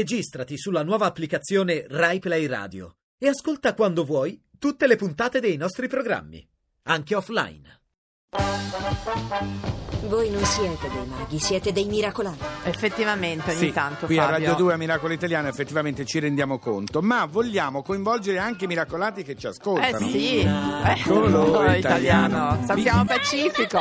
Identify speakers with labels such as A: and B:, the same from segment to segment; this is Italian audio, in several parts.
A: Registrati sulla nuova applicazione RaiPlay Radio e ascolta quando vuoi tutte le puntate dei nostri programmi, anche offline.
B: Voi non siete dei maghi, siete dei miracolati.
C: Effettivamente, ogni
D: Sì,
C: tanto
D: qui a
C: Fabio.
D: Radio 2 a Miracolo Italiano effettivamente ci rendiamo conto, ma vogliamo coinvolgere anche i miracolati che ci
C: Eh
D: ascoltano.
C: sì,
D: Solo
C: eh, italiano.
D: italiano.
C: Salutiamo Pacifico.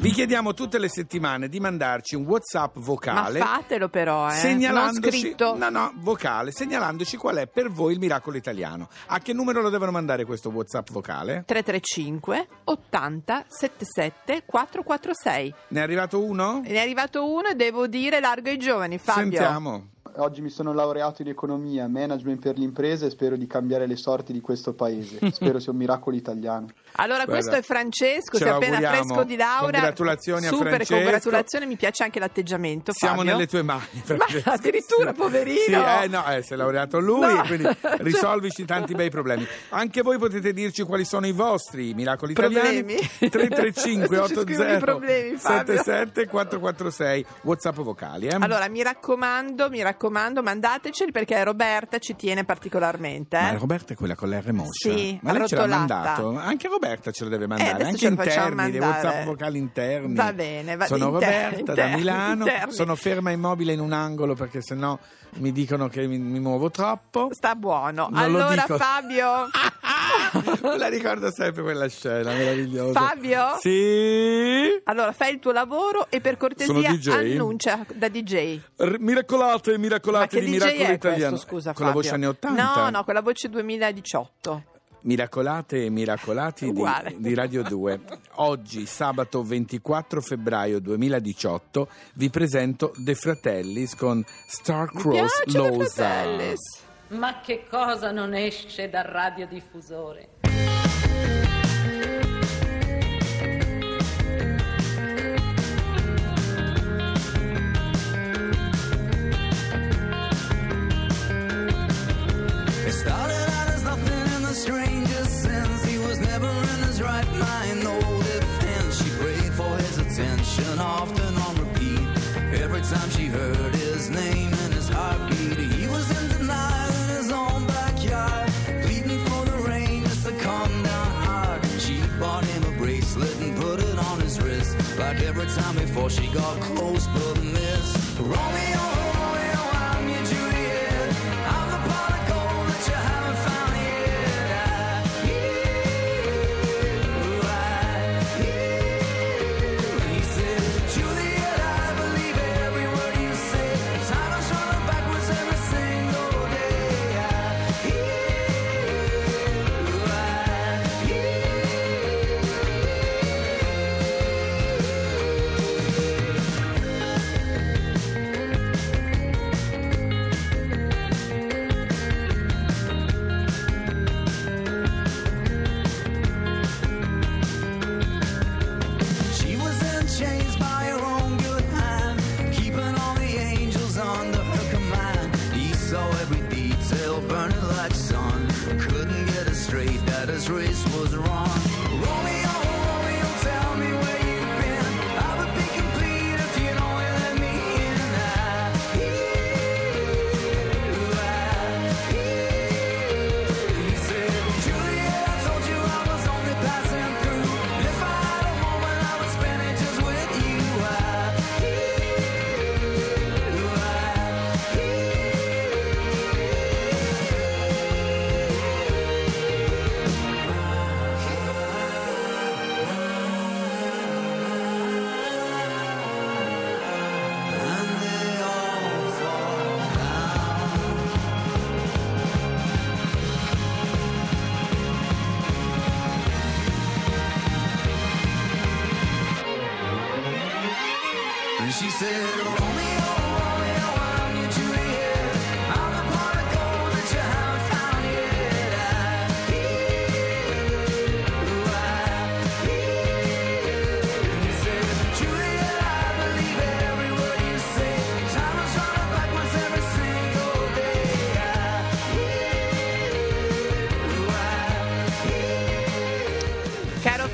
D: Vi chiediamo tutte le settimane di mandarci un WhatsApp
C: Ma
D: vocale
C: fatelo però, eh. Non
D: segnalandoci
C: scritto.
D: no, no, vocale, segnalandoci qual è per voi il miracolo italiano. A che numero lo devono mandare questo WhatsApp vocale?
C: 335 80 77 446.
D: Ne è arrivato uno?
C: Ne è arrivato uno e devo dire largo ai giovani, Eh, Fabio.
D: Sentiamo.
E: Oggi mi sono laureato in economia, management per le imprese e spero di cambiare le sorti di questo paese. Spero sia un miracolo italiano.
C: Allora, questo
D: Guarda,
C: è Francesco,
D: ce
C: si è appena
D: l'auguriamo.
C: fresco di laurea.
D: Congratulazioni a
C: Super
D: Francesco.
C: congratulazioni, mi piace anche l'atteggiamento.
D: Siamo
C: Fabio.
D: nelle tue mani.
C: Ma
D: Francesco.
C: addirittura,
D: Sì.
C: poverino.
D: Sì, eh, no, eh, si è laureato
C: No.
D: lui,
C: Cioè
D: quindi risolvici tanti bei problemi. Anche voi potete dirci quali sono i vostri miracoli
C: Problemi?
D: italiani. 335
C: Adesso ci scrivono i problemi,
D: 80
C: Fabio.
D: 77 446 WhatsApp vocali, eh.
C: Allora, mi raccomando, mi raccomando, mandateceli perché Roberta ci tiene particolarmente. eh.
D: Ma Roberta è quella con l'R moscia.
C: Sì,
D: ma lei ce l'ha
C: arrotolata.
D: mandato? Anche Roberta ce lo deve
C: Eh,
D: mandare,
C: adesso
D: anche
C: ce lo facciamo
D: interni, dei
C: mandare.
D: WhatsApp vocali interni.
C: Va bene, va
D: Sono
C: inter-
D: Roberta da
C: interni,
D: Milano,
C: interni.
D: sono ferma immobile in un angolo perché sennò mi dicono che mi, mi muovo troppo.
C: Sta buono.
D: Non lo
C: allora,
D: dico.
C: Fabio.
D: Me la ricordo sempre quella scena meravigliosa.
C: Fabio?
D: Sì.
C: Allora, fai il tuo lavoro e per cortesia
D: Sono DJ?
C: annuncia da DJ.
D: R- miracolate,
C: Ma
D: miracolate
C: che DJ
D: di miracolo
C: è
D: italiano.
C: questo, scusa
D: Con la
C: Fabio?
D: voce anni 80.
C: No, no, con la voce 2018.
D: Miracolate e miracolati di,
C: Uguale.
D: di Radio 2. Oggi, sabato 24 febbraio 2018, vi presento The Fratellis con Star
C: Mi
D: Cross
C: piace De
D: Losa.
C: Fratellis.
F: Ma che cosa non esce dal radiodiffusore?
G: It started out as nothing in the strangest sense. He was never in his right mind. The old defense, she prayed for his attention, often on repeat. Every time she heard his name and his heartbeat, he was in denial in his own backyard, pleading for the rain just to calm down hard. She bought him a bracelet and put it on his wrist, like every time before she got close, but missed. Romeo, Romeo, I'm your Juliet. I'm the pot of gold that you haven't found yet. I hear, I hear. And he said, Juliet, I believe every word you say. Time is running backwards every single day. I hear, I She was in chains by her own good hand, keeping all the angels under her command. He saw every detail burning like sun. Couldn't get it straight that his race was wrong. Romeo, Romeo, tell me where you've been. I would be complete if you'd only let me in. I He said, Juliet, I told you I was only passing through. And if I had a moment, I would spend it just with you. I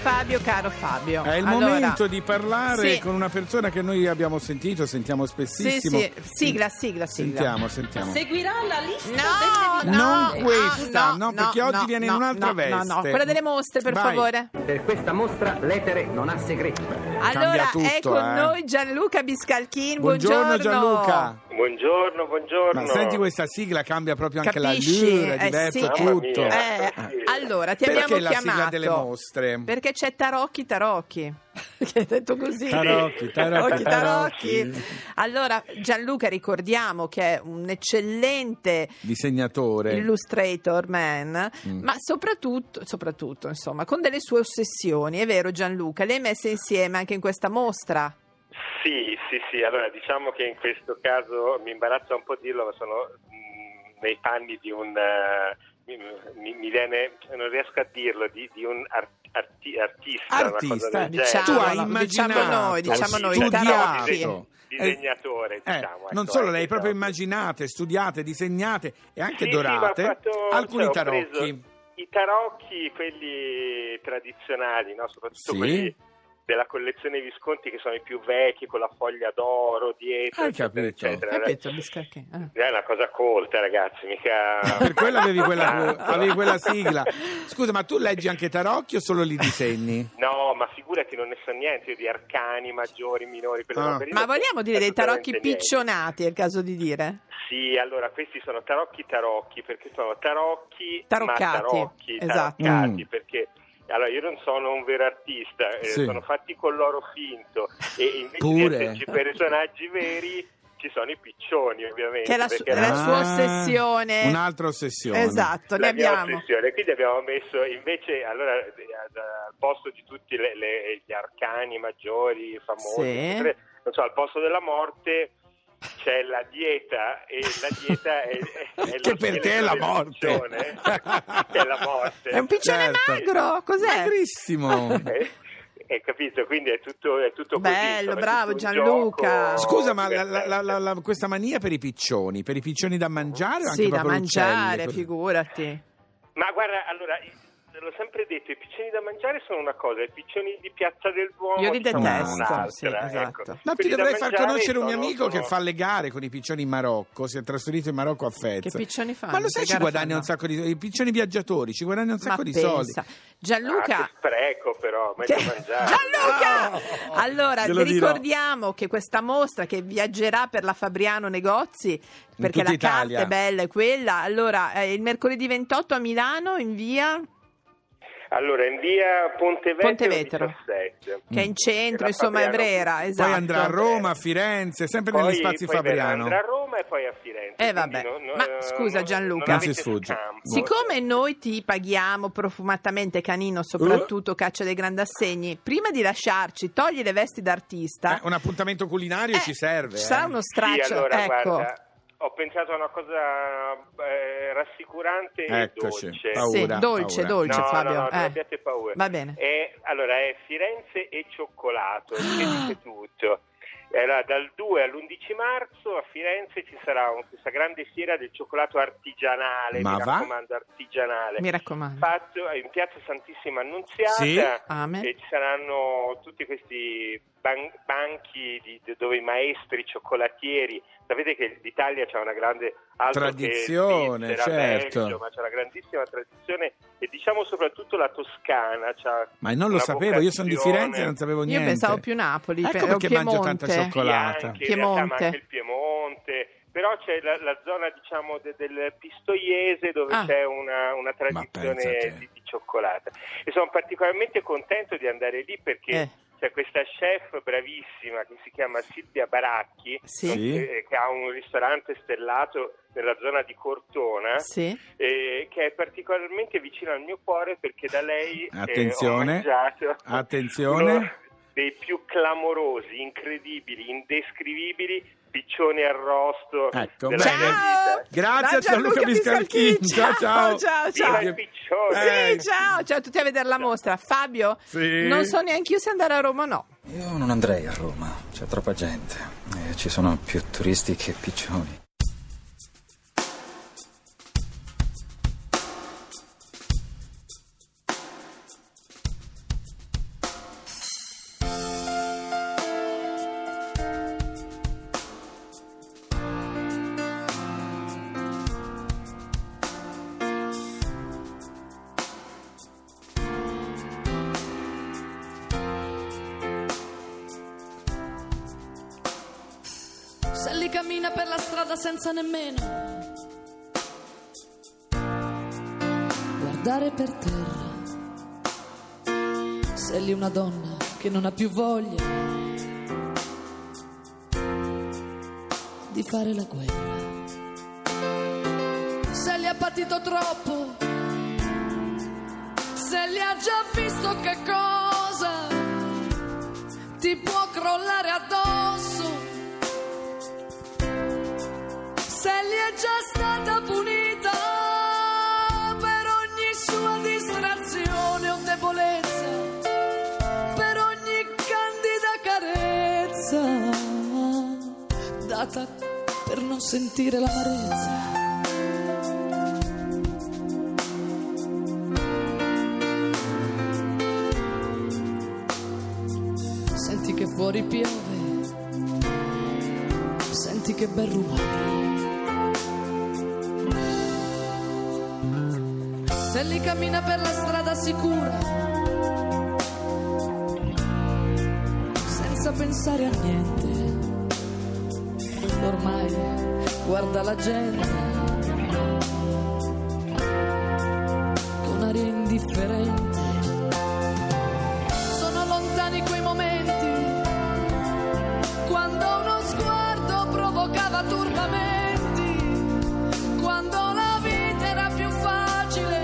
C: Fabio, caro Fabio.
D: È il
C: Allora,
D: momento di parlare
C: Sì.
D: con una persona che noi abbiamo sentito, sentiamo
C: Sì,
D: spessissimo.
C: sì, sigla, sigla, sigla.
D: Sentiamo, sentiamo.
F: Seguirà la lista
C: No,
F: delle
C: no,
D: Non
F: vittorie.
D: questa,
C: ah,
D: no, perché oggi viene in un'altra
C: no,
D: veste.
C: No, no, quella delle mostre, per
D: Vai.
C: favore.
H: Per questa mostra l'etere non ha segreti.
C: Allora,
D: tutto,
C: è con
D: eh.
C: noi Gianluca Biscalchin.
D: Buongiorno
C: Buongiorno,
D: Gianluca.
I: Buongiorno, buongiorno.
D: Ma senti questa sigla cambia proprio anche
C: Capisci?
D: l'allure, è
C: Eh,
D: diverso
C: sì,
I: eh,
D: tutto.
I: eh,
C: Eh, allora, ti
D: Perché
C: abbiamo
D: la
C: chiamato.
D: sigla delle mostre?
C: Perché c'è Tarocchi Tarocchi. che hai detto così?
D: Tarocchi, Tarocchi,
C: Tarocchi,
D: Tarocchi.
C: Allora, Gianluca, ricordiamo che è un eccellente
D: Disegnatore.
C: illustrator man,
D: Mm.
C: ma soprattutto, soprattutto, insomma, con delle sue ossessioni. È vero, Gianluca, le hai messe insieme anche in questa mostra.
I: Sì, sì, sì, allora diciamo che in questo caso mi imbarazza un po' dirlo, ma sono mh, nei panni di un... eh, mi, mi- mi viene, cioè, non riesco a dirlo, di, di un ar- arti- artista, Cioè, una cosa
D: Artista,
I: del
C: diciamo,
D: tu
I: genere.
D: hai
C: diciamo
D: immaginato,
C: noi, diciamo noi,
D: studiato,
I: Disegn-
C: Tarocchi.
I: disegnatore,
D: Eh,
I: diciamo.
D: non
I: ecco,
D: solo
I: eh,
D: le hai proprio
I: diciamo.
D: immaginate, studiate, disegnate e anche
I: Sì, sì, ma ho
D: dorate
I: fatto-
D: alcuni
I: cioè, ho
D: tarocchi.
I: preso I tarocchi, quelli tradizionali, no? soprattutto
D: Sì.
I: quelli della collezione Visconti che sono i più vecchi con la foglia d'oro dietro,
D: Hai
I: eccetera,
D: capito.
I: eccetera.
C: Capito, Biscalchin? eh.
I: È una cosa colta, ragazzi, mica...
D: Per quello avevi quella,
I: Ah.
D: avevi quella sigla. Scusa, ma tu leggi anche tarocchi o solo li disegni?
I: No, ma figurati, non ne so niente io di arcani maggiori, minori, quello
D: Ah.
I: che ho per dire,
C: Ma vogliamo dire dei tarocchi
I: assolutamente niente.
C: piccionati, è il caso di dire?
I: Sì, allora questi sono tarocchi tarocchi perché sono tarocchi ma
C: Taroccati,
I: tarocchi,
C: esatto.
I: taroccati,
D: Mm.
I: perché allora io non sono un vero artista, eh,
D: Sì.
I: sono fatti con l'oro finto e invece
D: Pure.
I: di esserci personaggi veri ci sono i piccioni ovviamente.
C: Che è la, su-
I: perché
C: è la
I: era-
C: sua
D: Ah,
C: ossessione.
D: un'altra ossessione.
C: Esatto, ne
I: la mia
C: abbiamo.
I: ossessione. Quindi abbiamo messo invece allora, eh, ad- al posto di tutti le- le- gli arcani maggiori, famosi,
C: Sì.
I: eccetera, non so, al posto della morte c'è la dieta e la dieta è, è- è lo
D: che per te è
I: scheletro
D: la
I: del
D: morte.
I: piccione. è la morte.
C: È un piccione
D: Certo.
C: magro, cos'è?
D: Magrissimo.
I: Eh, Hai capito? Quindi è tutto, è tutto così,
C: Bello,
I: insomma, è
C: bravo,
I: tutto un
C: Gianluca.
I: gioco
D: Scusa, ma la- la- la-
I: divertente.
D: la- la- questa mania per i piccioni, per i piccioni da mangiare o
C: Sì,
D: anche
C: da
D: proprio
C: mangiare,
D: l'uccelli?
C: figurati.
I: Ma guarda, allora, te l'ho sempre detto, i piccioni da mangiare sono una cosa, i piccioni di Piazza del Duomo
C: Io li
I: sono
C: detesto,
I: un'altra,
C: sì,
I: ecco.
C: esatto.
D: No, ti
I: Quelli da
D: dovrei far
I: mangiare
D: conoscere un mio
I: sono-
D: amico che
I: sono-
D: fa le gare con i piccioni in Marocco, si è trasferito in Marocco a Fez.
C: Che piccioni fanno?
D: Ma lo sai
C: Che
D: ci
C: gara
D: guadagna
C: fanno?
D: un sacco di i piccioni viaggiatori, ci guadagna un
C: Ma
D: sacco di soldi.
C: pensa.
I: Ah,
C: Gianluca...
I: che spreco però, meglio
C: Che-
I: mangiare.
C: Gianluca!
D: No!
C: Allora,
D: Glielo
C: vi
D: dirò.
C: ricordiamo che questa mostra che viaggerà per la Fabriano Negozi, perché
D: tutta
C: la
D: Italia.
C: carta è bella, è quella. Allora, eh, il mercoledì 28 a Milano, in via
I: Allora, in via Ponte Vetro,
C: Ponte Vetro.
I: 17.
C: che è in centro,
I: Era
C: insomma, è
I: Fabriano.
C: Brera, esatto.
D: Poi andrà a Roma, a Firenze, sempre
I: Poi-
D: negli spazi
I: poi
D: Fabriano.
I: verrà a Roma e poi a Firenze.
C: Eh,
I: quindi
C: vabbè.
I: non- non-
C: Ma
I: non-
C: scusa, Gianluca.
I: non avete cioè.
D: Non si sfugge.
I: campo.
C: Siccome noi ti paghiamo profumatamente, Canino,
D: Uh.
C: soprattutto Caccia dei Grandi Assegni, prima di lasciarci, togli le vesti d'artista.
D: Eh, un appuntamento culinario
C: Eh,
D: ci serve.
C: ci sarà
D: eh.
C: uno
I: Sì,
C: straccio,
I: allora,
C: ecco.
I: guarda, ho pensato a una cosa eh, rassicurante
D: Eccoci,
I: e dolce.
D: paura.
C: sì, dolce,
D: paura.
C: dolce,
I: No,
C: Fabio.
I: no, no, non
C: eh.
I: abbiate paura.
C: Va bene.
I: È- allora, è Firenze e
C: Ah!
I: cioccolato, che dice tutto. Era dal 2 all'11 marzo a Firenze ci sarà un- questa grande fiera del cioccolato artigianale,
D: Ma
I: mi
D: va?
I: raccomando, artigianale.
D: Eh,
C: Mi raccomando.
I: Fatto eh, in Piazza Santissima Annunziata
D: Sì.
C: Amen.
I: e ci saranno tutti questi ban- banchi di- di- dove i maestri, i cioccolatieri, sapete che l'Italia c'è una grande altro che
D: Tradizione,
I: Svizzera,
D: certo.
I: Belgio, ma c'è una grandissima tradizione e diciamo soprattutto la Toscana c'ha
D: Ma non lo
I: una
D: sapevo, io sono di
I: vocazione.
D: Firenze e non sapevo
C: Io
D: niente.
C: pensavo più Napoli,
D: Ecco
C: pe- o
D: perché mangio
C: Piemonte.
D: tanta cioccolata.
I: Sì, anche, in realtà, ma
C: Piemonte.
I: anche il Piemonte, però c'è la, la zona diciamo de- del Pistoiese dove
C: Ah.
I: c'è una, una
D: Ma pensa te.
I: tradizione di, di cioccolata e sono particolarmente contento di andare lì perché
C: Eh.
I: c'è questa chef bravissima che si chiama Silvia Baracchi
C: Sì.
D: Sì.
I: eh, che ha un ristorante stellato nella zona di Cortona
C: Sì.
I: eh, che è particolarmente vicino al mio cuore perché da lei eh,
D: Attenzione,
I: ho mangiato
D: attenzione.
I: uno dei più clamorosi, incredibili, indescrivibili piccioni arrosto
D: Ecco,
I: della
D: bene.
I: mia vita.
D: Grazie a
C: Da Gianluca
D: Gianluca Biscalchin.
C: Biscalchin.
D: Ciao, ciao.
C: ciao,
I: Viva
C: ciao.
I: il piccione!
C: Sì,
D: Eh.
C: ciao, ciao a tutti a vedere la mostra. Fabio,
D: Sì.
C: non so neanche io se andare a Roma o no.
H: Io non andrei a Roma, c'è troppa gente e ci sono più turisti che piccioni.
J: cammina per la strada senza nemmeno guardare per terra. Sei lì una donna che non ha più voglia di fare la guerra. Se li ha patito troppo, se li ha già visto che cosa ti può crollare addosso, se li è già stata punita per ogni sua distrazione o debolezza, per ogni candida carezza data per non sentire l'amarezza. Senti che fuori piove, senti che bel rumore. Se lì cammina per la strada sicura, senza pensare a niente, ormai guarda la gente con aria indifferente. Sono lontani quei momenti quando uno sguardo provocava turbamenti, quando la vita era più facile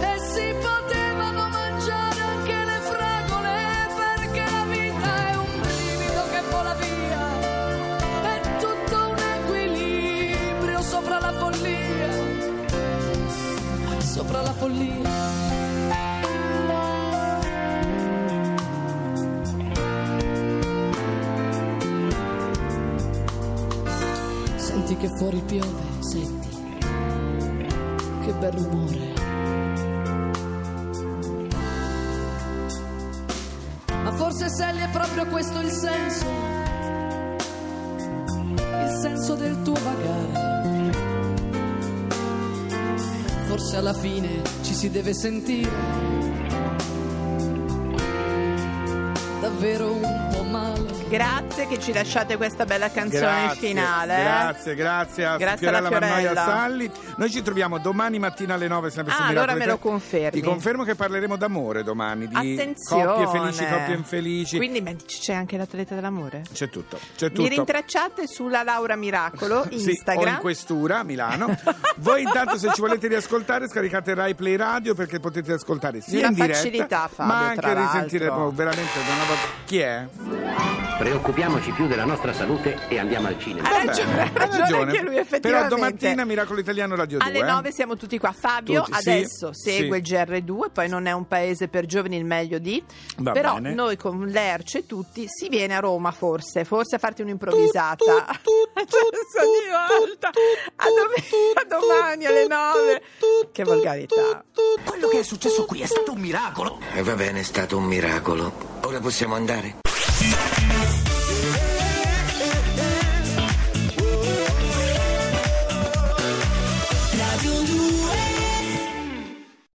J: e si potevano mangiare anche le fragole perché la vita è un brivido che vola via, è tutto un equilibrio sopra la follia, sopra la follia. Senti che fuori piove, senti che bel rumore. Ma forse Sally è proprio questo il senso, il senso del tuo vagare. Forse alla fine ci si deve sentire davvero un po' male.
C: Grazie che ci lasciate questa bella canzone finale. eh.
D: Grazie, grazie a
C: Grazie
D: Fiorella
C: alla
D: Mannoia
C: Fiorella.
D: Salli. Noi ci troviamo domani mattina alle 9 sempre su
C: Ah,
D: Miracolo
C: allora me lo
D: Italiano.
C: confermi.
D: Ti confermo che parleremo d'amore domani, di
C: Attenzione.
D: coppie felici, coppie infelici.
C: Quindi ma dici, c'è anche l'atleta dell'amore?
D: C'è tutto, c'è tutto.
C: Mi rintracciate sulla Laura Miracolo,
D: Sì, o
C: Instagram.
D: in questura a Milano. Voi intanto se ci volete riascoltare scaricate Rai Play Radio perché potete ascoltare sia
C: Una
D: in diretta
C: facilità, Fabio,
D: ma anche
C: tra l'altro.
D: risentire proprio veramente da una volta. Chi è?
K: Preoccupiamoci più della nostra salute e andiamo al cinema.
C: Ha ragione, ha
D: Vabbè,
C: ragione, anche lui
D: Però
C: effettivamente.
D: domattina Miracolo Italiano Radio 2.
C: Alle
D: eh.
C: 9 siamo tutti qua. Fabio
D: Tutti, sì,
C: adesso
D: sì.
C: segue il GR2, poi non è un paese per giovani il meglio di.
D: Va
C: Però
D: bene.
C: noi con l'Erce e tutti si viene a Roma forse, forse a farti un'improvvisata. Adesso Dio, alta. A dom- a domani alle 9. Che volgarità.
K: Quello che è successo qui è stato un miracolo.
L: E va bene, è stato un miracolo. Ora possiamo andare?